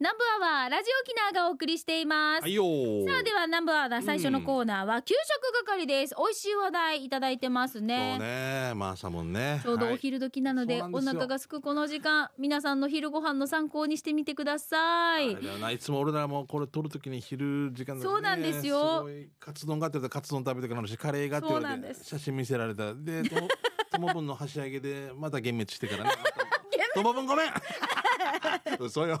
南部アワーラジオ沖縄がお送りしています、はいよーさあでは南部アワーの最初のコーナーは給食係です、美味しい話題いただいてますそうねねまあ朝もねちょうどはおい昼時なので,、そうなんおですよ腹が空くこの時間皆さんの昼ご飯の参考にしてみてくださいあれだよないつも俺らもこれ撮るときに昼時間だねそうなんですよごいカツ丼があって言ったらカツ丼食べてくなるしカレーがって言そうわなれんでてす写真見せられたで と友分の箸上げでまた幻滅してからね友 分ごめん嘘よ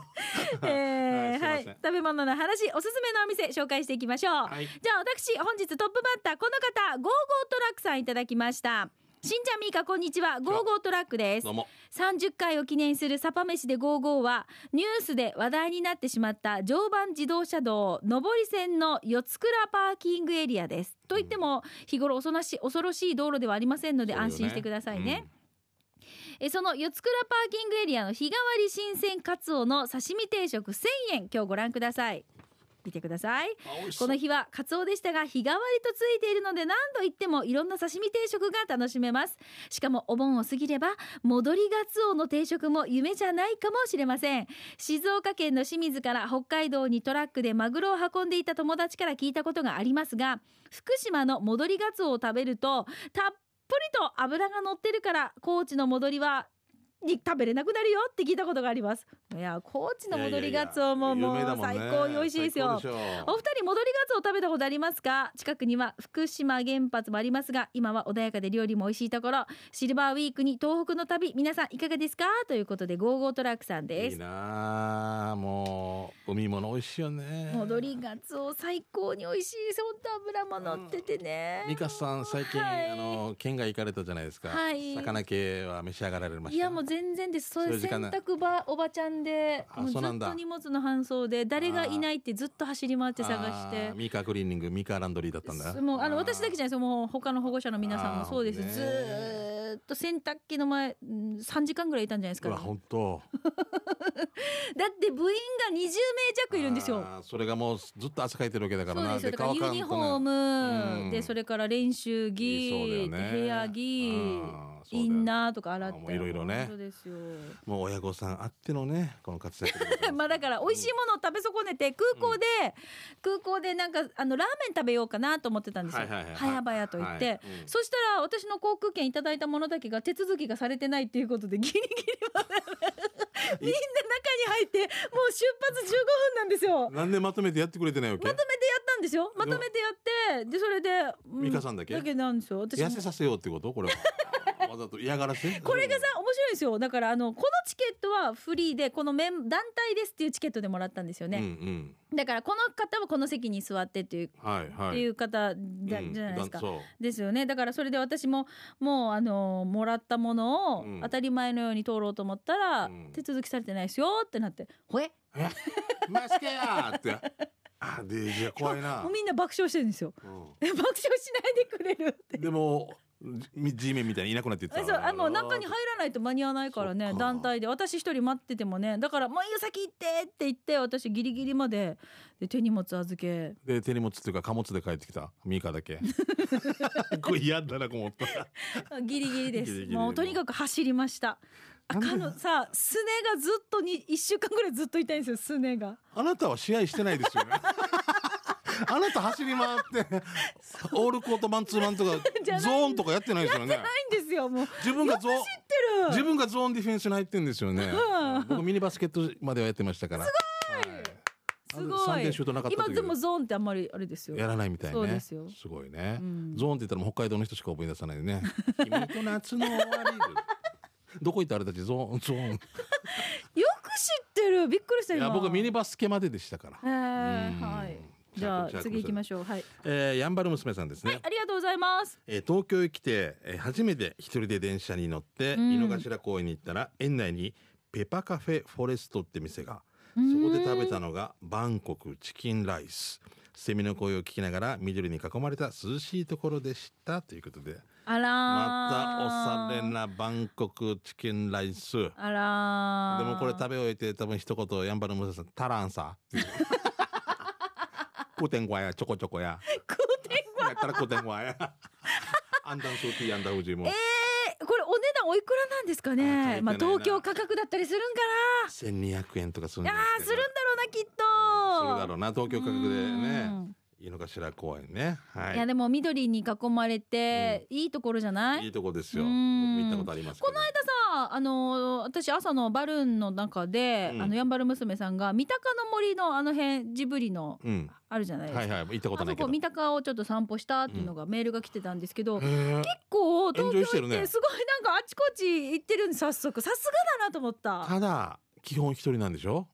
えーははいい、すいません食べ物の話おすすめのお店紹介していきましょう、はいじゃあ私本日トップバッターこの方ゴーゴートラックさんいただきましたしんちゃんみーかこんにちはゴーゴートラックですどうも30回を記念するサパ飯で55はニュースで話題になってしまった常磐自動車道上り線の四つ倉パーキングエリアですといっても日頃恐ろしい恐ろしい道路ではありませんのでそうよね安心してくださいね、えその四つ倉パーキングエリアの日替わり新鮮カツオの刺身定食1000円今日ご覧ください見てくださいうんあ美味しそこうの日はカツオでしたが日替わりとついているので何度言ってもいろんな刺身定食が楽しめますしかもお盆を過ぎれば戻りガツオの定食も夢じゃないかもしれません静岡県の清水から北海道にトラックでマグロを運んでいた友達から聞いたことがありますが福島の戻りガツオを食べるとたっぷりと脂が乗ってるから高知の戻りはに食べれなくなるよって聞いたことがありますいや高知の戻りガツオももういやいやいや有名だ最んね高に美味しいですよ最高でしょお二人戻りガツオ食べたことありますか近くには福島原発もありますが今は穏やかで料理も美味しいところシルバーウィークに東北の旅皆さんいかがですかということでゴーゴートラックさんでいいすなあもう海物美味しいよね戻りガツオ最高に美味しいです本当脂も乗っててね、ミカさん最近、はいあの県外行かれたじゃないですか、はい魚系は召し上がられましたいやもう全然ですそういうそういう時洗間ない濯ばおばちゃんであもうずそっうなんだと荷物の搬送で誰がいないってずっと走り回って探してあーミカクリーニングミカランドリーだったんだすもうあの私だけじゃないですよもう他の保護者の皆さんあもーそうです、ねずーっと洗濯機の前うん3時間ぐらいいたんじゃないですうか、わ本当だって部員が20名弱いるんですよあーそれがもうずっと汗かいてるわけだかそらうなですよだからユニフォームム、うんでそれから練習着、部屋着、インナーとか洗ってあもういろいろねそうですよもう親御さんあってのねこの活躍でございます まあだから美味しいものを食べ損ねて空港で、空港でなんかあのラーメン食べようかなと思ってたんですよ、はいはいはい早々と言って、はいうんそしたら私の航空券いただいたものだけが手続きがされてないっていうことでギリギリまでみんな中に入ってもう出発15分なんですよ。なんでまとめてやってくれてないわけまとめてやったんですよまとめてやってでそれで、う美香さんだけだけなんですよ私も痩せさせようってことこれは わざと嫌がらせこれがさ面白いんですよだからあのこのチケットはフリーでこのメン団体ですっていうチケットでもらったんですようんね、だからこの方はこの席に座ってっていう,、うんはいはいっていう方だうんじゃないですかだそうですよねだからそれで私ももうあのーもらったものをうん当たり前のように通ろうと思ったら、うん手続きされてないですよってなって「ほええ マスケやーってあでじゃあ怖い なもう、みんな爆笑してるんですよ う爆笑しないでくれるってん、でも G メンみたいにいなくなっていったそうあもう中に入らないと間に合わないからねそっか団体で私一人待っててもねだから「もういいよ先行って」って言って私ギリギリまでで手荷物預けで手荷物っていうか貨物で帰ってきたミカ だけこれ嫌だなと思ったあギリギリです ギリギリもうとにかく走りました赤のさすねがずっとに1週間ぐらいずっと痛いんですよすねがあなたは試合してな いですよねあなた走り回ってオールコートマンツーマンとかじゃないゾーンとかやってないですよねないんですよもう自分がゾーンってる自分がゾーンディフェンスに入ってんですよね、うん僕ミニバスケットまではやってましたからすすはい、ご3点シュートいなかった今というでもゾーンってあんまりあれですよやらないみたいね。そうですよごいね、うんゾーンって言ったらもう北海道の人しか思い出さな いね。君と夏の終わり。 どこ行ったあれたちゾーン、ゾーン。よく知ってるびっくりしたい今や、僕はミニバスケまででしたから。へーうんはいじじゃゃああ次行きましょうはいえー、やんばる娘さんですね。ありがとうございますえー東京へ来て、えー初めて一人で電車に乗って、うん井の頭公園に行ったら、園内にペパカフェフォレストって店が。そそこで食べたのがバンコクチキンライス。セミの声を聞きながら緑に囲まれた涼しいところでしたということであらーまたおしゃれなバンコクチキンライス。であらーもこれ食べ終えて多分一言やんばるむさんタランさ。古典語やちょこちょこや。食うてやったら古典語や。アンダンソーティーアンダウジもえーこれお値段おいくらなんですかあ書いてなねいなまあ東京価格だったりするんか1200円とかするんなあーするんだろなきっすとるだろうな東京価格でうねん井の頭公園ねはいいやでも緑に囲まれて、いいところじゃないいいとこですよう僕んも行ったことありますけこどの間さあの私朝のバルーンの中で、うんあのヤンバル娘さんが三鷹の森のあの辺ジブリのうんあるじゃないですか、はいはい行ったことあないそけどこ三鷹をちょっと散歩したっていうのがメールが来てたんですけど、へー結構東エンジョイして京行るってねすごいなんかあちこち行ってるんで早速さすがだなと思った。ただ基本一人なんでしょ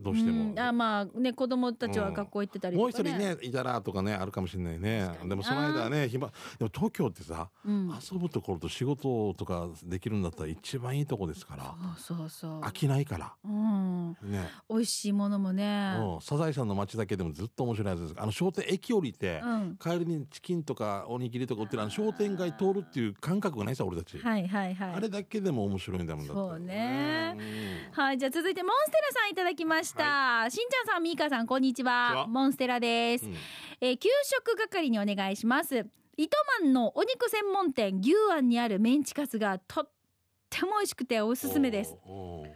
どうしてもんあまあね子供たちは学校行ってたりともか、うね一人ねいたらとかねあるかもしれないね確かにでもその間はね暇でも東京ってさうん、遊ぶところと仕事とかできるんだったら一番いいとこですからそうそうそう飽きないからうん、ね美味しいものもねうんサザエさんの街だけでもずっと面白いはずですあの商店駅降りてうん帰りにチキンとかおにぎりとか売ってるあの商店街通るっていう感覚がないさ俺たちはいはいはいあれだけでも面白いんだもんだってそうねうんはいじゃあ続いてモンステラさんいただきました、しんちゃんさんみーかさんこんにちはこんにちはモンステラです、うんえー給食係にお願いします糸満のお肉専門店牛庵にあるメンチカツがとっても美味しくておすすめですおー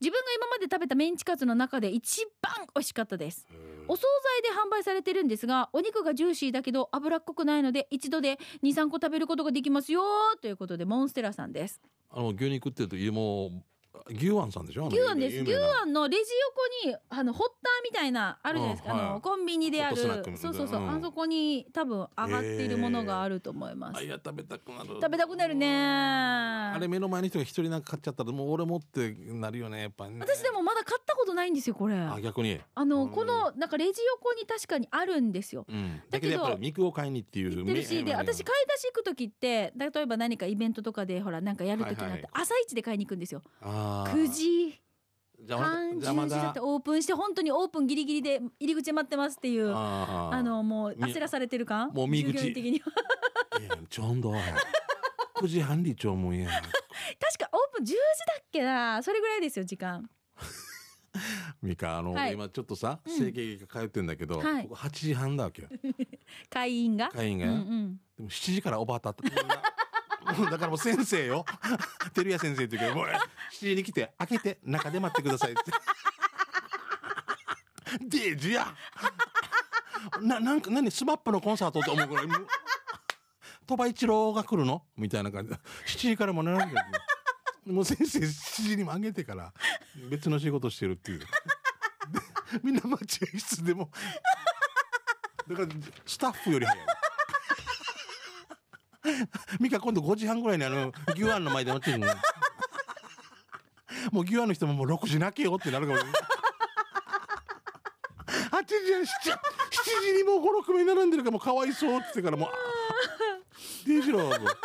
自分が今まで食べたメンチカツの中で一番美味しかったですおーお惣菜で販売されてるんですがお肉がジューシーだけど脂っこくないので一度で23個食べることができますよということでモンステラさんですあの牛肉っていうと家も牛庵さんでしょあの牛庵です有牛名な庵のレジ横にあのホッターみたいなあるじゃないですか、うんあはのいコンビニであるホットスナックみたそいうなそうそう、うんあそこに多分上がっているものがあると思います、あいや食べたくなる食べたくなるねあれ目の前の人が一人なんか買っちゃったらもう俺もってなるよねやっぱね私でもまだ買ったことないんですよこれああ逆にの、うんこのなんかレジ横に確かにあるんですようんだだけけどどやっぱり肉を買いにっていう行ってるし目で目私買い出し行く時って例えば何かイベントとかでほらなんかやる時になっはいてはい朝一で買いに行くんですよあー9時邪魔だ半邪10魔時だっだてオープンして本当にオープンギリギリで入り口で待ってますっていうああーのもうみ焦らされてる感もう見従口業員的にはいやちょう ど9時半にちょうもんや確かオープン10時だっけなそれぐらいですよ時間ミカあの、はい今ちょっとさうん整形外科通ってんだけど、はいここ8時半だわけよ会員が会員がうね、んうん でも7時からおばあたみんなだからもう先生よ。 照屋先生って言うけど、もう7時に来て、開けて、中で待ってく ださいって。デージやな、なんか、何、スマップのコンサートって思うぐらい。もう鳥羽一郎が来るのみたいな感じで。7時からも並んでる。もう先生7時にも上げてから、別の仕事してるっていう。でみんな待合室でも。だから、スタッフより早い。ミカ今度5時半ぐらいにあの牛庵の前で待ってるのもう牛庵の人ももう6時泣けよってなるかもしれない8時や7時7時にもう56名並んでるからもうかわいそうって言ってからもう「デイジロー」もう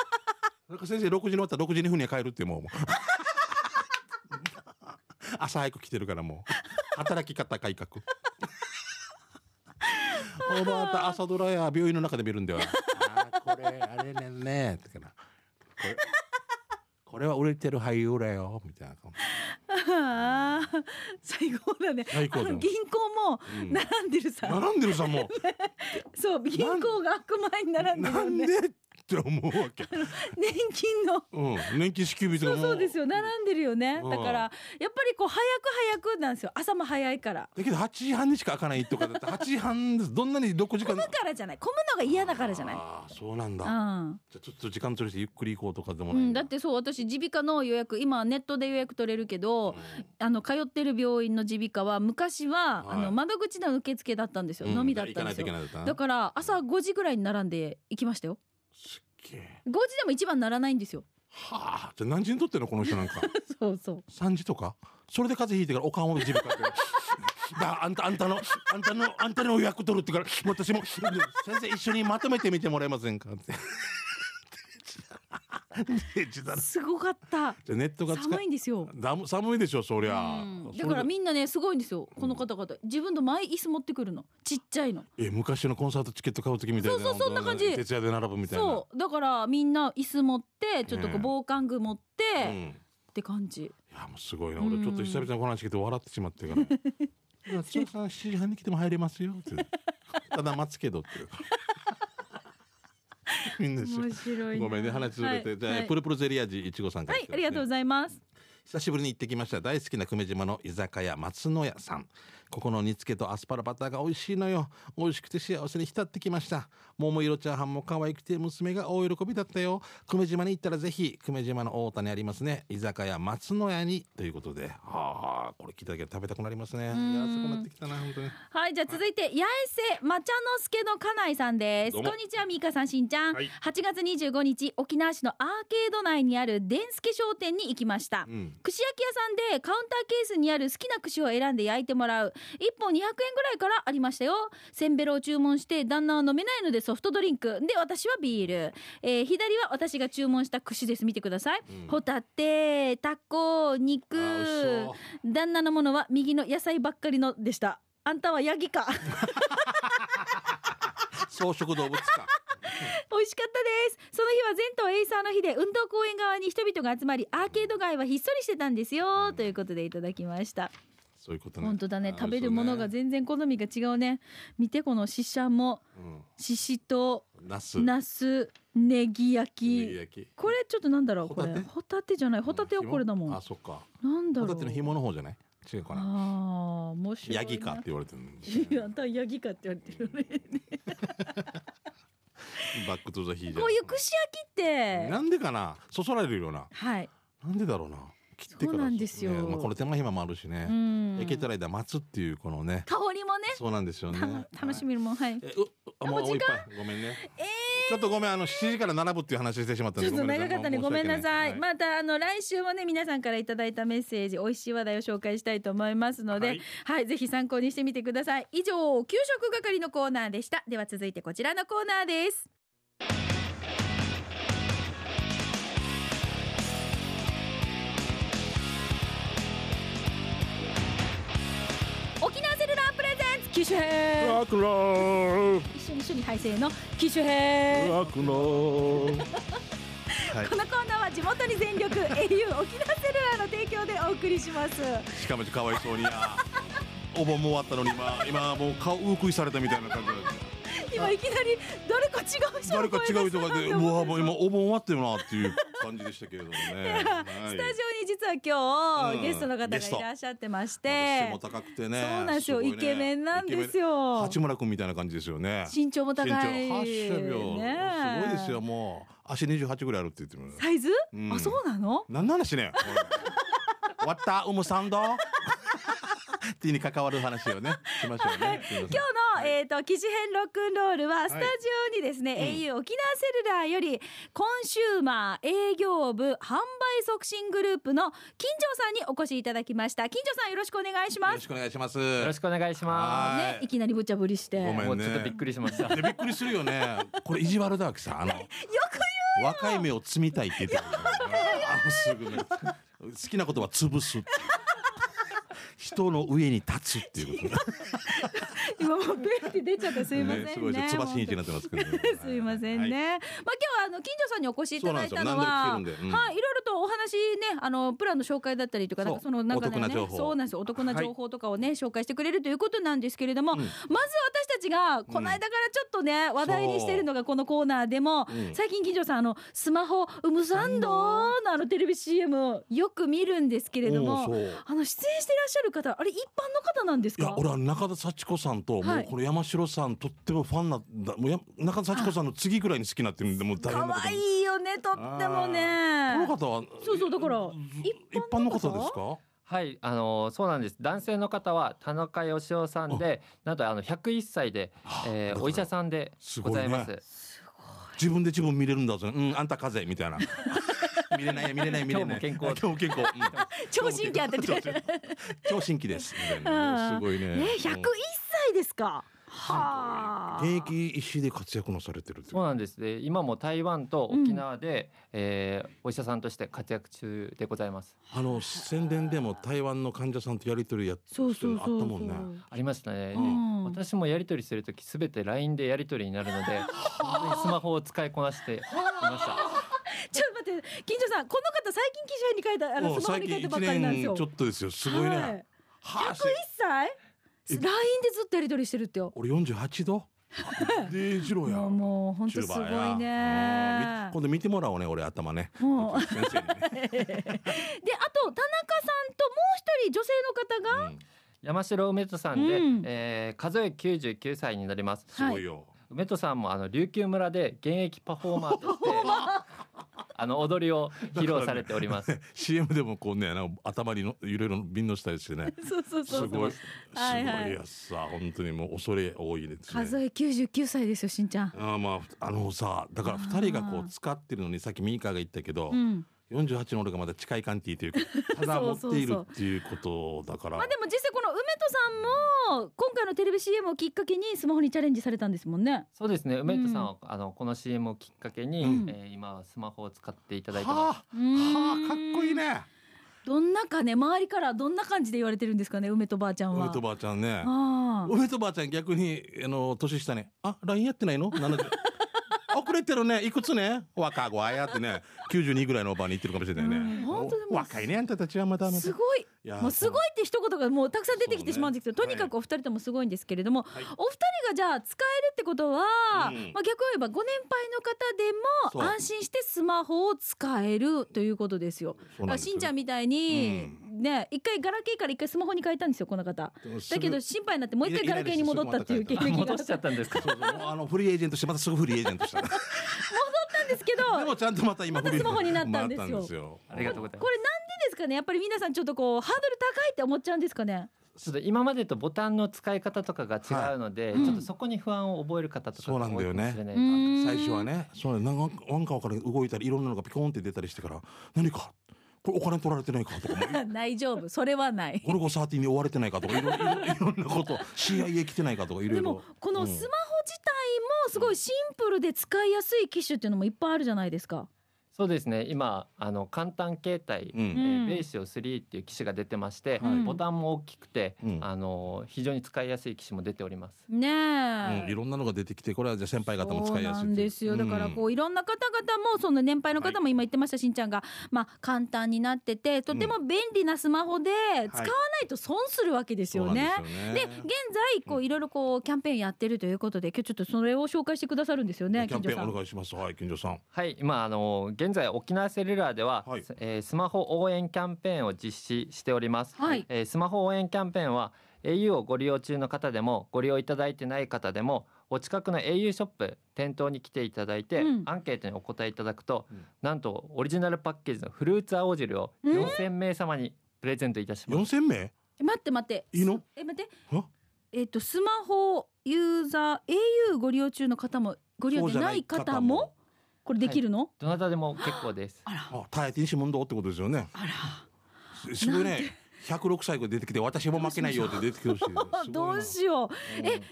なんか先生6時に終わったら6時2分には帰るってもうもう朝早く来てるからもう働き方改革おばあた朝ドラや病院の中で見るんだよ あーこれあれねねってからこれこれは売れてる俳優だよみたいな顔あー最高だね最高だあよの銀行もうん並んでるさ、並んでるさもそう銀行が開く前に並うんでるなよんでねって思うわけ、 年金のうん、年金支給日とそかうもそうですよ並んでるよねうんだからやっぱりこう早く早くなんですよ朝も早いからだけど8時半にしか開かないとかだって8時半ですどんなに6時間混むからじゃない混むのが嫌だからじゃないああそうなんだじゃうんあちょっと時間取りしてゆっくり行こうとかでもうないん、だだってそう私耳鼻科の予約今ネットで予約取れるけどあの通ってる病院の耳鼻科は昔は、はいあの窓口の受付だったんですよ、うんのみだった行かんでなすいといけよないだったなだから朝5時ぐらいに並んで行きましたよすっげえ5時でも一番ならないんですよはあじゃあ何時にとってんのこの人なんかそうそう3時とかそれで風邪ひいてから おかんを自分からだあんたあんたのあんたのあんたの予約取るってから私も先生一緒にまとめてみてもらえませんか ってデジタルすごかったじゃあネットが使寒いんですよだむ寒いでしょそりゃうんそだれからでみんなねすごいんですよこの方々、自分のマイ椅子持ってくるのちっちゃいのえ昔のコンサートチケット買う時みたいなそうそうそんな感じ徹夜で並ぶみたいなそうだからみんな椅子持ってちょっとこうね防寒具持って、うんっいて感じやもうすごいなう俺んちょっと久々にこの話聞いて笑ってしまってから いや「千葉さん7時半に来ても入れますよ」 って「ただ待つけど」って みんな知らん白ごめんね話ずれて、はいじゃあ、はいプルプルゼリア味いちごさんからはい来てますね、ありがとうございます久しぶりに行ってきました大好きな久米島の居酒屋松野屋さんここの煮付けとアスパラバターが美味しいのよ美味しくて幸せに浸ってきました桃色チャーハンも可愛くて娘が大喜びだったよ久米島に行ったらぜひ久米島の大田にありますね居酒屋松野屋にということではあはあこれ聞いただけで食べたくなりますねいやんーそこなってきたな本当にはい、じゃあ続いて、八重瀬抹茶之助の家内さんです。どこうんもにちは、ミーカさん、しんちゃん。はい8月25日、沖縄市のアーケード内にある伝助商店に行きました。うん串焼き屋さんでカウンターケースにある好きな串を選んで焼いてもらう1本200円ぐらいからありましたよせんべろを注文して旦那は飲めないのでソフトドリンクで私はビール、えー左は私が注文した串です見てください、うんホタテタコ肉あー美味しそう旦那のものは右の野菜ばっかりのでしたあんたはヤギか 草食動物か 美味しかったですその日は全島エイサーの日で運動公園側に人々が集まりアーケード街はひっそりしてたんですよということでいただきましたそういうことね本当だねあー食べるものが全然好みが違うね見てこのししゃも美味ししそうねしとうんナスなすねぎ焼ネギき焼きこれちょっとなんだろうこれホタテホタテじゃないホタテはこれだもんあそっかなんだろホうタテの紐の方じゃない違うかなああ面白いなヤギかって言われてるの いやあんたはヤギかって言われてるよねバックトゥザヒーじゃんこういう串焼きってなんでかなそそられるよなはいなんでだろうな切ってからそうなんですよねまあ、これ手間暇もあるしうね、ん焼けたら間待つっていうこのね香りもねそうなんですよねたの楽しみるもんはいえうあもうもうおい時っぱいごめんね、ちょっとごめんあの7時から並ぶっていう話してしまったんちでょっと長かったねごめんなさい、ままたあの来週もね皆さんからいただいたメッセージ美味しい話題を紹介したいと思いますのでははいい、ぜひ参考にしてみてください以上給食係のコーナーでしたでは続いてこちらのコーナーです沖縄セルラープレゼンツ機種編ワークロー一緒に一緒に配信の機種編ワークローはいこのコーナーは地元に全力 au 沖縄セルラーの提供でお送りしますしかめてかわいそうにやお盆も終わったのに今今もう顔うくいされたみたいな感じだった今いきなり誰か違う人誰のか声が違う人がすで、るうと思わ、ってもう今お盆終わってるなっていう感じでしたけれどもね。はスタいジオに実は今日、うんゲストの方がゲストいらっしゃってまし背ても高くてね。そうなんですよごいイねケメンなんですよイケメン八村君みたいな感じですよね。身長も高い身長8秒、ねえすごいですよ。もう足二十八ぐらいあるって言っても。サイズ、うんあそうなのなんの話ね。これ終わった、うむさんど。 っていうに関わる話をね、しましょうね。すいません今日の、えっ、と記事編ロックンロールはスタジオにですね、うん au 沖縄セルラーよりコンシューマー営業部販売促進グループの金城さんにお越しいただきました金城さんよろしくお願いしよまろすしくお願いします。よろしくお願いしはまねいきなりごちゃぶりしてごめんす。ねもうちょっとびっくりしました。 でびっくりするよね。これ意地悪だわけさ。あの。よく言う若い目を摘みたいって言ってたけどね。あのすぐね。好きなことは潰す。人の上に立つっていうこと今もうペンって出ちゃったすいませんねすごいですよ。つばしんいちになってますけどね 。すいませんね。はまあい。今日はあの金城さんにお越しいただいたのそうは、はないんいですろいよ何でも聞けるんでうんろとお話ねあのプランの紹介だったりとかそなううその中でおは得なね情報そうなんですよお得な情報とかをね、紹介してくれるということなんですけれども、うんまず私たちがこの間からちょっとね、話題にしてるのがこのコーナーでも、うん最近金城さんあのスマホウムサンドのあのテレビ CM をよく見るんですけれどおうも。そうあの出演していらっしゃる方あれ一般の方なんですいやか俺は中田幸子さんと、はいもうこれ山城さんとってもファンなんだもうや中田幸子さんの次ぐらいに好きになってるんでもう大可変なこと愛にいよねとってもねこの方はそうそうだから一般の方ですかはい、あのそうなんです。男性の方は田中義雄さんで、なんとあの101歳で、えーお医者さんですごごいねざいます。自分で自分見れるんだぞ、うん、あんた風邪み たいな。見れない、見れない、見れない。今日も健康今日も健康。うん超神経当てて。超新規です。みたいなうんすごいね。ね、101うん歳ですか。はあ。現役医師で活躍のされてるってそうなんです。で今も台湾と沖縄で、えーお医者さんとして活躍中でございます。あの宣伝でも台湾の患者さんとやり取りやってそうそうあっそうたそもんね。う。ありましたね。でうん私もやり取りするときすべて LINE でやり取りになるので、本当にスマホを使いこなしていました。ちょっと待って、金城さん、この方最近記事に書いた、あものうスマホ最に書い近た一ばっかりなんです年よ。ちょっとですよ。すごいはい。ねはあ101歳。え LINE でずっとやり取りしてるってよ。 俺四十八度。デイジローや。もうもう本当すごチューバいーやうんみね。今度見てもらおうね、俺頭ね。もう先生にね。であと田中さんともう一人女性 の方がうん山城梅人さんで、うんえー数え99歳になりますすごいよ。梅人さんもあの琉球村で現役パフォーマーとしてあの踊りを披露されております、 CM でもこうね、なんか頭にのいろいろ瓶のしたりしてね。そうそうすそうそうごい。すはいはいごいやつさ、本当にもう恐れ多いですね。数え九十九歳ですよしんちゃん。あーまあ、あのさ、だから二人がこあーう使ってるのに、さっきミーカーが言ったけど、うん。 48の俺がまだ近いカンティと いうか、ただ持っていそうるそうっていうことだからまあ、でも実際この梅戸さんも今回のテレビ CM をきっかけにスマホにチャレンジされたんですもんね。そうですね梅人さんは、あのこの CM をきっかけに、うんえー今はスマホを使っていただいてます、はあ、はうーんあ、かっこいい。ね。どんなかね周りからどんな感じで言われてるんですかね梅戸ばあちゃんは。梅とばあちゃんね。ああ。梅とばあちゃん逆に、あの、年下ね。あ、LINE やって ないの ?70。遅れてるね。いくつね若子あやってね。92ぐらいのおばあに言ってるかもしれないうんね。本当でも若いね、あんたたちはまだまだ。すごいいやもうすごいって一言がもうたくさん出てきてしまうんですけど、そうとねにかくお二人ともすごいんですけれども、はいお二人がじゃあ使えるってことは、うんまあ、逆を言えばご年配の方そでうも安心してスマホを使えるということですよ。そうなんあですよしんちゃんみたいに、ね一回ガラケーから一回スマホに変えたんですよこの方。だけど心配になってもう一回ガラケーに戻ったっていう経験があ 戻っしちゃったんですかそうそうもうあのフリーエージェントしてまたすぐフリーエージェン トしたでたんですけどもちゃんとまた今またフリスーマホになったんですよまたよありがとうございますこれなんでですかねやっぱり皆さんちょっとこうハードル高いって思っちゃうんですかね。ちょっと今までとボタンの使い方とかが違うので、はいちょっとそこに不安を覚える方とかそうながん多だいかよねもしれない最です、初はねそうなんかなんかわからん動いたりいろんなのがピコンって出たりしてから何かこれお金取られてないかとかも大丈夫それはない。ゴルゴ13に追われてないかとかいろいろいろいろんなこと CIA 来てないかとかいろいでろもこのスマホ自体もすごいシンプルで使いやすい機種っていうのもいっぱいあるじゃないですか。そうですね今あの簡単携帯、うんえーうんベーシオ3っていう機種が出てまして、はいボタンも大きくて、うんあの非常に使いやすい機種も出ております。ねうえ。んいろんなのが出てきてこれはじゃあ先輩方も使いやすいそうなんですよだからこういろんな方々もその年配の方も今言ってましたしんちゃんがまあ簡単になっててとても便利なスマホで使わないと損するわけですよね。で現在こういろいろこうキャンペーンやってるということで今日ちょっとそれを紹介してくださるんですよねキャン金ペ城ーさンおん。願いしますはい金城さんはい今あの現在沖縄セルラーでは、はいえースマホ応援キャンペーンを実施しております。はいえースマホ応援キャンペーンは au をご利用中の方でもご利用いただいてない方でもお近くの au ショップ店頭に来ていただいて、うんアンケートにお答えいただくと、うんなんとオリジナルパッケージのフルーツ青汁をうん4000名様にプレゼントいたします。 4000名え待って待って。いいのえ待ってえ。えっ、とスマホユーザー au ご利用中の方もご利用でないそうじゃない方方ももこれできるの？どなたでも結構です。あらあ耐えていいし問答ってことですよねあら。すすごいね106歳が出てきて私も負けないよって出てきてほしい すどごいうなしよう。え誰でも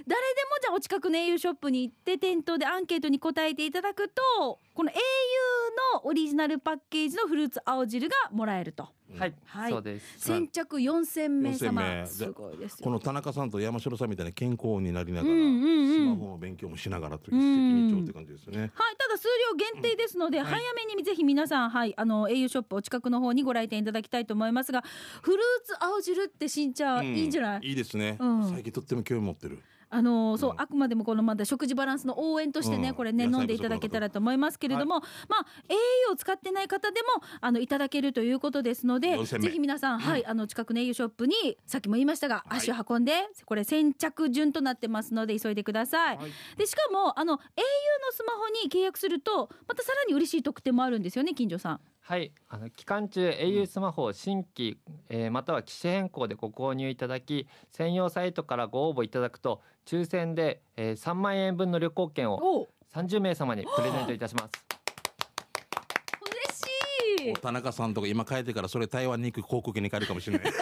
じゃあお近くの au ショップに行って店頭でアンケートに答えていただくとこの au のオリジナルパッケージのフルーツ青汁がもらえると。はい、はいそうです。先着4000名4000様。名すごいですこよ。の田中さんと山城さんみたいな健康になりながうんら、うんうんスマホの勉強もしながらという一石二鳥って感じですよね。はい、ただ数量限定ですので、はい早めにぜひ皆さん、はい、あの au ショップお近くの方にご来店いただきたいと思いますが、フルーツ青汁ってしんちゃん、うんいいんじゃないいいですね、うん最近とっても興味持ってる。あのそう、うんあくまでもこのまだ食事バランスの応援としてね、うんこれね野菜飲んでいただけたらと思いますけれども、まあ au を使ってない方でもあのいただけるということですのでぜ4000名ひ皆さん、はいあの近くの au ショップにさっきも言いましたがはい足を運んで、これ先着順となってますので急いでください。はいでしかもあの au のスマホに契約するとまたさらに嬉しい特典もあるんですよね金城さん。はい、あの期間中 au スマホを新規、えーまたは機種変更でご購入いただき専用サイトからご応募いただくと抽選で、えー、3万円分の旅行券をお30名様にプレゼントいた します。嬉しいもう田中さんとか今帰ってからそれ台湾に行く航空機に帰るかもしれない。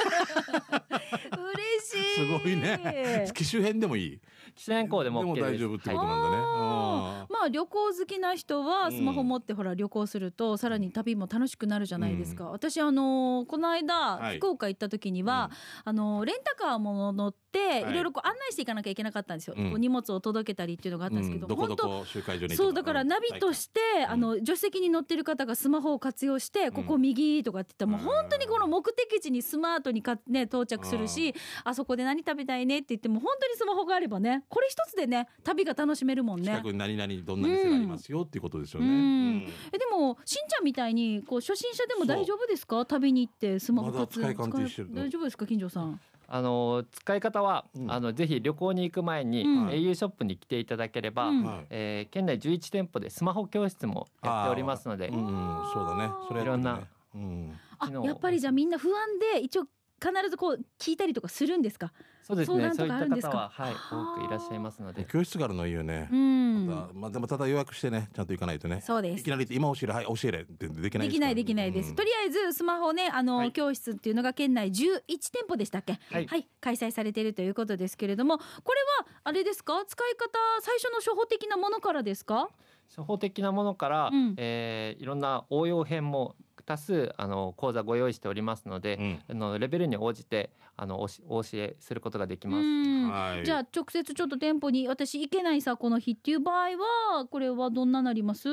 嬉しい すごいね。機種編でもいい。機種変更でもでも OK 大です。丈夫ってはこいとなんだね。ああまああ旅行好きな人はスマホ持ってほら旅行するとさらに旅も楽しくなるじゃないですか、私あのーこの間はい福岡行った時には、あのーレンタカーも乗ってはいいろいろこう案内していかなきゃいけなかったんですよ、うんこう荷物を届けたりっていうのがあったんですけど、どこど本当こ集会所にそうだからナビとして、んあの助手席に乗ってる方がスマホを活用して、ここ右とかって言ったらもう本当にこの目的地にスマートにか、ね、到着するしあそこで何食べたいねって言っても本当にスマホがあればねこれ一つでね旅が楽しめるもん近ねく。に何々どんな店がありますよっていうことですよね、うんうんえでもしんちゃんみたいにこう初心者でも大丈夫ですか旅に行ってスマホまだ活用使い勘ってしてる使え大丈夫ですか金城さん。あの使い方は、うんあのぜひ旅行に行く前に、うん au ショップに来ていただければ、うんはいえー県内11店舗でスマホ教室もやっておりますのでうんうんそうだねそれやってるねいろんなうんあ昨日やっぱりじゃあみんな不安で一応必ずこう聞いたりとかするんですか。そうですねそ相う談といっかあるんですたか方は、はい、はあ多くいらっしゃいますので教室があるのいいよねう、ん。またまあでもただ予約してねちゃんと行かないとねそうでいすき。なりって今教えれはい教えれってできないできないできないです、とりあえずスマホねあの、はい教室っていうのが県内11店舗でしたっけは、はいい開催されているということですけれどもこれはあれですか使い方最初の初歩的なものからですか初歩的なものから、うんえーいろんな応用編も多数あの講座ご用意しておりますので、えあのレベルに応じてあのおしお教えすることができうます。んはいじゃあ直接ちょっと店舗に私行けないさこの日っていう場合はこれはどんななります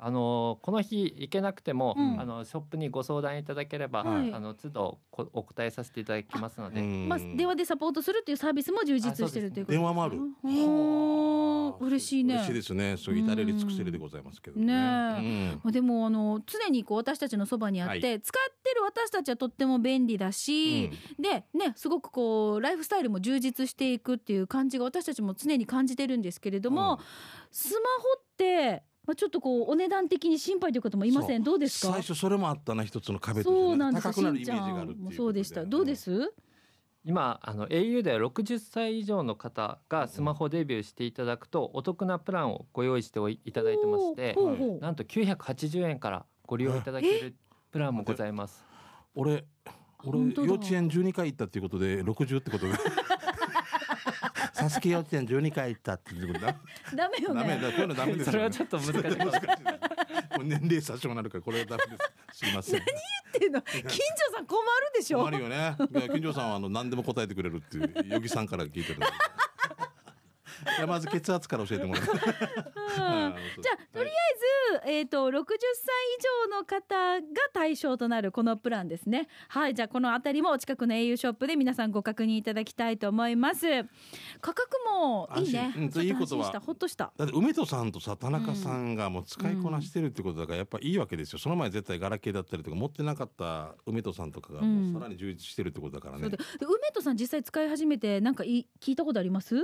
あのこの日行けなくても、うんあのショップにご相談いただければ、はいあの都度こお答えさせていただきますので、まあ、電話でサポートするっていうサービスも充実してるということですか電話もあるほー嬉しいね嬉しいですねそう至れり尽くせりでございますけどねねうんまあ、でもあの常にこう私たちのそばにあって、は使ってる私たちはとっても便利だし、でねすごくこうライフスタイルも充実していくっていう感じが私たちも常に感じてるんですけれども、スマホって、まあ、ちょっとこうお値段的に心配という方もいませんどうですか最初それもあったな一つの壁としてねそうなんです高くなるイしんメちージゃがあるっんていうこともでそうでしたどうです、今あの au では60歳以上の方がスマホデビューしていただくとお得なプランをご用意しておいいただいてましてほうほうなんと980円からご利用いただけるプランもございます。俺俺本当だ幼稚園12回行ったっていうことで60ってこ とがサスケ幼稚園12回行ったっていうことだダメよダメねだこういうのダメですそれはちょっと 難しいかもしれないもう年齢差しもなるからこれはダメですすいませんっていうの近所さん困るでしょ困るよねいや金城さんはあの何でも答えてくれるっていう余儀さんから聞 いてるいやまず血圧から教えても らううんじゃあとりあえず、えっ、と60歳以上の方が対象となるこのプランですね。はい、じゃあこのあたりもお近くの au ショップで皆さんご確認いただきたいと思います。価格もいいね安。心うんちょっいいこと安心はしたほっとした。だって梅戸さんとさ田中さんがもう使いこなしてるってことだからやっぱいいわけですよ、その前絶対ガラケーだったりとか持ってなかった梅戸さんとかがもうさらに充実してるってことだからね、そうでで梅戸さん実際使い始めてなんかい聞いたことあります？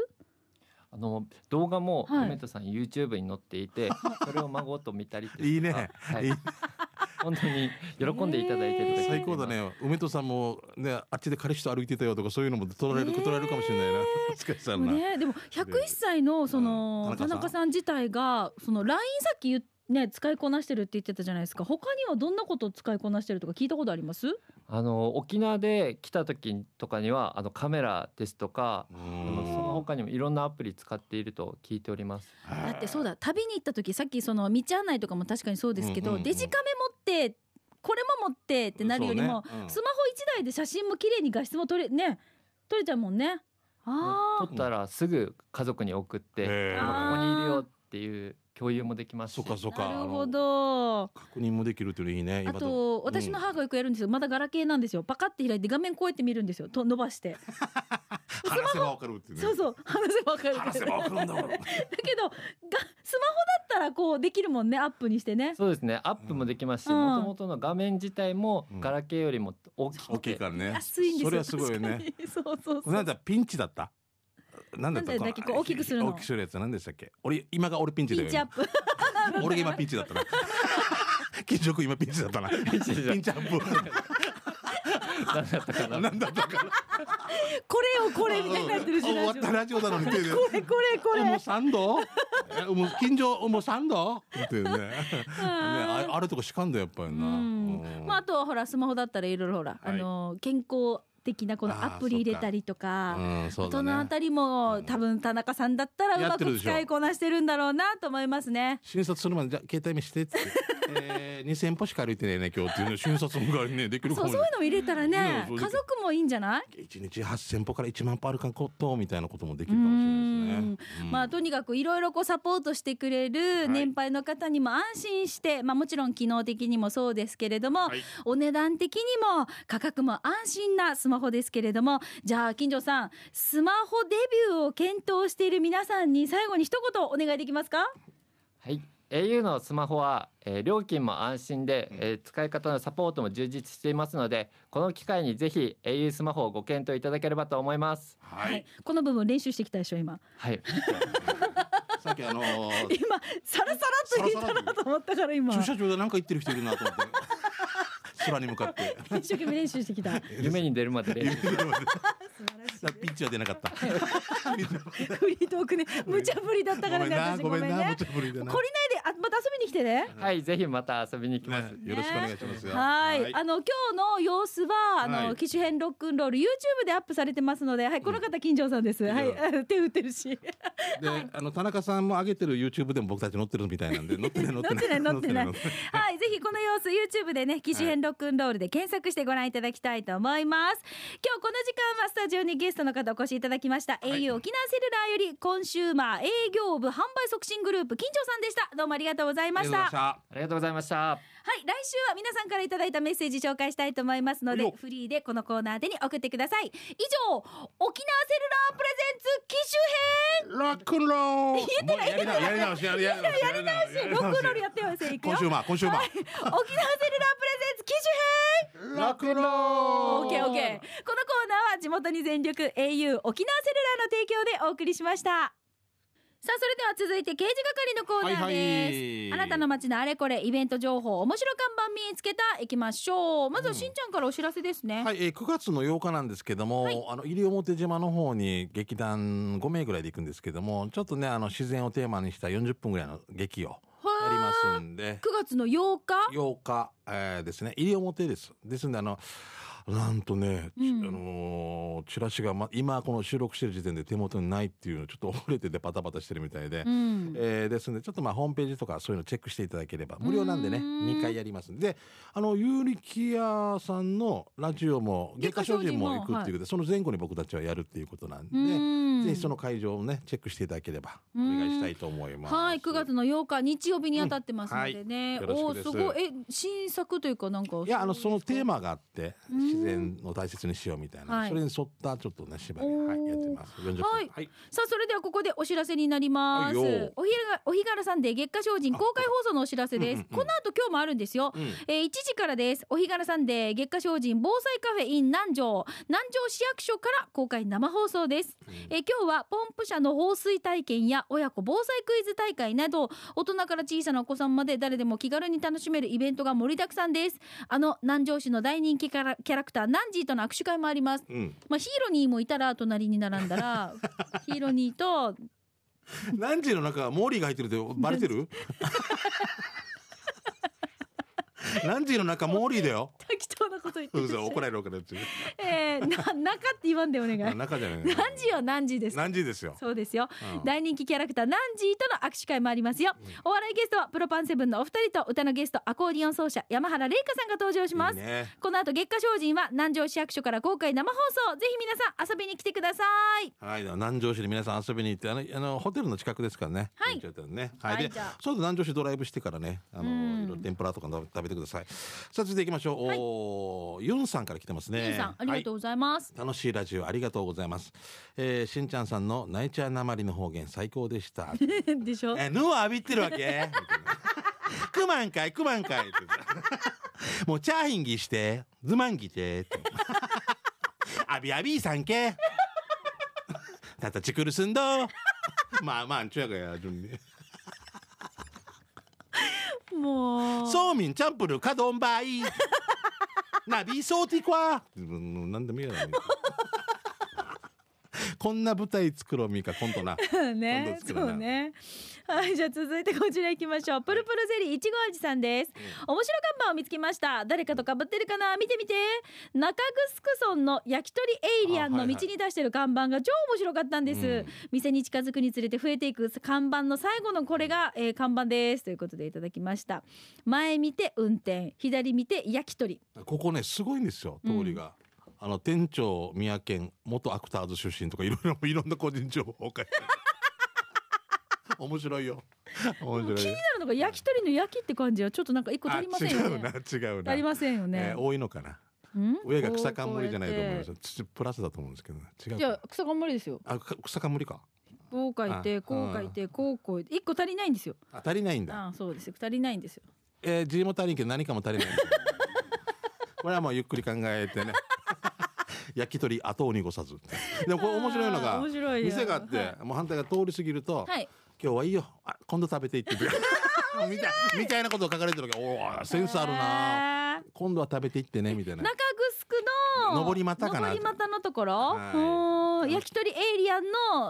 あの動画もはい梅田さん YouTube に載って いて、それを孫と見たりとかいいねはいいい本当に喜んでいただいてるとえー最高だね梅戸さんもねあっちで彼氏と歩いてたよとかそういうのも取られる、ねえ取られるかもしれないな もしかしたらな、ね、でも101歳のその、うん田田中中さんさん自体がその LINE さっき言っね、使いこなしてるって言ってたじゃないですか他にはどんなことを使いこなしてるとか聞いたことありますあの沖縄で来た時とかにはあのカメラですとか、うあんのその他にもいろんなアプリ使っていると聞いております。だってそうだ旅に行った時さっきその道案内とかも確かにそうですけど、うんうんうんデジカメ持ってこれも持ってってなるよりも、そうねうんスマホ1台で写真も綺麗に画質も撮れね撮れちゃうもんね。あ撮ったらすぐ家族に送って、へー今ここにいるよっていう共有もできますし。そっかそっあかなるほあのど。確認もできるっていうのいいねあ今とと私の母がよくやるんですよまだガラケーなんですよパカって開いて画面こうやって見るんですよと伸ばして話せばわかるってねそうそう話せばわかる話せけどばだわけかる んだもんどがスマホだったらこうできるもんねアップにしてねそうですね。アップもできますし、うんもともとの画面自体もうんガラケーよりも大き大くきいて、からね安いんですよそれはすごいよね確かにそうそうそうなんだピンチだったなんだったなんだっけこう大きくするの大きくするやつなんでしたっけ俺今が俺ピンチだピよンチアップ 俺が今ピンチだったな。金城君今ピンチだったな。ピンチだアッなんだったかプ。な。なんだったか。これをこれみたいになってるし、終わったラジオなのに。手でこれこれこれ。もう三度。えもう近所もう三度。っていう ね。ねああるとこしかんだよやっぱりな。うんまああとはほらスマホだったらいろいろほら、はあいの健康的なこのアプリ入れたりとか。うん、そうそだのあね。たりも、うん多分田中さんだったらうやまってるくでしょ使いこなしてるんだろうなと思いますね。診察するまで、じゃあ携帯見して っつって。えー、2000歩しか歩いてねえね、今日っていうの、診察の代わりにね、できるかそうもそういうのも入れたらねね家そうできる族もいいんじゃない、一日8000歩から1万歩歩かんこと、みたいなこともできるかもしれないですね。うんまあとにかくいろいろこうサポートしてくれるい年配の方にも安心して、まあもちろん機能的にもそうですけれども、はいお値段的にも価格も安心なスマホですけれどもじゃあ金城さんスマホデビューを検討している皆さんに最後に一言お願いできますかはい、au のスマホは、えー料金も安心で、えー使い方のサポートも充実していますのでこの機会にぜひ au スマホをご検討いただければと思います。ははいい。この部分練習してきたでしょ今はい、 さっきあのー 今サラサラっと言ったなと思ったから今駐車場でなんか言ってる人いるなと思って。空に向かって。一生懸命練習してき た素夢に出るまで練習晴らしピンチは出なかった。いフリートークね無茶ぶり だったからごめんねな、私ごごめめんんな、ね無茶ぶりだな懲。りないであまた遊びに来てねはい、ぜひまた遊びに来ます。ねよろしくお願いしますよ。はいあの今日の様子はあの、はい機種編ロックンロール YouTube でアップされてますので、はい、この方金城さんです、うんはい 手振ってるしで、あの田中さんも上げてる YouTube でも僕たち載ってるみたいなんで、載ってない載ってない載ってない載ってないはい、ぜひこの様子 YouTube でね、機種編ロックンロールで検索してご覧いただきたいと思います。今日この時間はスタジオにゲストの方お越しいただきました。au 沖縄セルラーよりコンシューマー営業部販売促進グループ金城さんでした。どうもありがとうございあまりしがたとうございまし。た。ありがとうございました。はい、来週は皆さんからいただいたメッセージ紹介したいと思いますのでよ、フリーでこのコーナー宛てに送ってください。以上、沖縄セルラープレゼンツ機ロックンロール。言ってないやり直しやり直しやり直し種編ロックンロールやってよ、先生いくよ。今週はいマ今週マ沖縄セルラープレゼンツ機種編ロックンローオーケーオーケー。このコーナーは地元に全力 au 沖縄セルラーの提供でお送りしました。さあ、それでは続いて刑事係のコーナーです。あなたの街のあれこれイベント情報面白看板見つけた行きましょうまずはしんちゃんからお知らせですね、はい、えー、9月の8日なんですけども、あの西表島の方に劇団5名ぐらいで行くんですけどもちょっとねあの自然をテーマにした40分ぐらいの劇をやはりいますんで9月の8日8日、えーですね西表ですですんであのなんとね、ちうんあのーチラシが、ま、今この収録してる時点で手元にないっていうのちょっと折れててパタパタしてるみたいで、うんえーですのでちょっとまあホームページとかそういうのチェックしていただければ無料なんでねうーん2回やりますんでであのユーリキヤさんのラジオも月月下精下精進進もも行くっていうことで、その前後に僕たちはやるっていうことなんで、うんぜひその会場をねチェックしていただければお願いしたいと思います。はい9月の8日日曜日に当たってますのでね、うんはいよおろーすしくですごいえ新作というかなんかいやあのそのテーマがあってうん自然を大切にしようみたいな、はいそれに沿ったちょっとね縛り、はおーい、やってます40分はいはい、さあそれではここでお知らせになります。おはいひよがお日柄さんで月下精進公開放送のお知らせです。うんうんうんこの後今日もあるんですよ。うんえー、1時からです。お日柄さんで月下精進防災カフェ in 南城南城市役所から公開生放送です。えー今日はポンプ車の放水体験や親子防災クイズ大会など大人から小さなお子さんまで誰でも気軽に楽しめるイベントが盛りだくさんです。あの南城市の大人気キャラキャラクターナンジーとの握手会もあります。うん、まあ、ヒーロニーもいたら隣に並んだら ヒーロニーと何時の中はモーリーが入ってるってバレ てる何時の中モーリー だよ適当なこと言ってそうるそう怒られる怒られるえー、な中って言わんでお願い何中じゃない時は何時です何時ですよ、そうですようん大人気キャラクターナンジーとの握手会もありますよお笑いゲストはプロパンセブンのお二人と歌のゲストアコーディオン奏者山原玲香さんが登場しますいいねこの後月下精進は南城市役所から公開生放送ぜひ皆さん遊びに来てくださいはい、では南城市に皆さん遊びに行ってあのあのホテルの近くですからね。はい行っちゃったらねはい、はいでじゃあちょっと南城市ドライブしてからね、あうんのいろいろ天ぷらとかの食べてください。さあ続いていきましょう。はいおーユンさんから来てますね。ゆうさんありがとうはございます、い楽しいラジオありがとうございます。えー、しんちゃんさんのナイチャーなまりの方言最 高でした。でしょえ、ぬを浴びてるわけ。くまんかい、くまんかいって。もうチャーヒンギして、ズマンギてって。あびあびさんけ。たたちくるすんど。まあまあ、ちゅやがや、じゅんに。もうそうみん、チャンプル、かどんばい。なびそうていこわ。うんなんでもいいやろ。こんな舞台作ろうみかコントな今ね度、作るそなうね。はい、じゃあ続いてこちら行きましょう。プルプルゼリーいちご味さんです。面白看板を見つけました。誰かと被ってるかな見て見て。中城村の焼き鳥エイリアンあのはい道はいに出してる看板が超面白かったんです。うん店に近づくにつれて増えていく看板の最後のこれが、えー看板です。ということでいただきました。前見て運転、左見て焼き鳥。ここねすごいんですよ通りが、あの店長三宅健元アクターズ出身とかいろい ろいろんな個人情報を書いて面白いよ気面白にいなるのが焼き鳥の焼きって感じはちょっとなんか一個足りませんよね。あ違うな違うな足りませんよえねー。多いのかなうん上が草冠じゃないと思いますこうやってよ土プラスだと思うんですけどね違ういやか草冠ですよ。あか草冠かこう書いてあこう書いてこうこう一個足りないんですよ。あ足りないんだあそうですよ足りないんですよ。えー、字も足りんけど何かも足りないんですよ これはもうゆっくり考えてね 焼き鳥後を濁さずでもこれ面白いのあーが面白いよ店があって、はもう反対が通り過ぎると、いはい。今日はいいよあ今度食べていって ってみたいみたいなことを書かれてるわけおーセンスあるなな。今度は食べていってねみたいな中城の上り股かな上り股のところ、はいおー焼き鳥エイリアン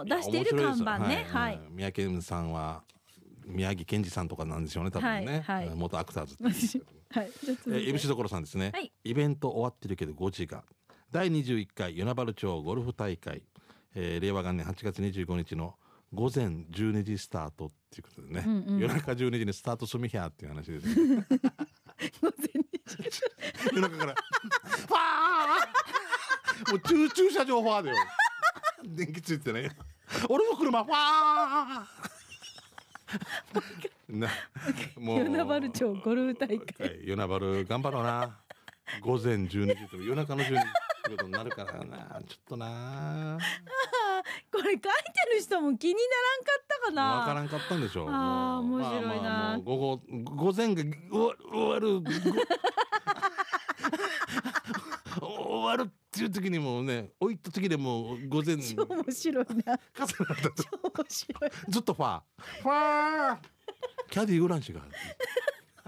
の出しているや看面白板でね。すはい。うん宮城さんは宮城賢治さんとかなんですよね多分ね、はいはいうん元アクターズって はい。ちょっとえ続いー、て恵比寿所さんですね、はいイベント終わってるけど5時が第21回与那原町ゴルフ大会、えー令和元年8月25日の午前12時スタートっていうことでね、うんうん夜中12時にスタートすみひゃーっていう話です、ね、午前に夜中からわーもう駐駐車場ファーだよ電気ついてね俺の車ファ ーなも 与那原町ゴルフ大会。はい夜なばる頑張ろうな。午前12時と夜中の12時ってことになるからな。ちょっとな。これ書いてる人も気にならんわかったかかな。らんかったんでしょう。あーもう面白いなまあまあもう午後午前が終わる。ご終わるっていう時にもうね、置いた時でもう午前 超面白いな。 重なったと超面白い。ずっとファー。ファ ー。キャディーウランシが。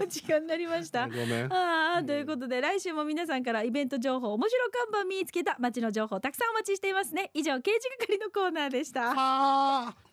お時間になりました。ごめ ん。ああということで来週も皆さんからイベント情報面白看板見つけた街の情報たくさんお待ちしていますね以上刑事係のコーナーでしたああ。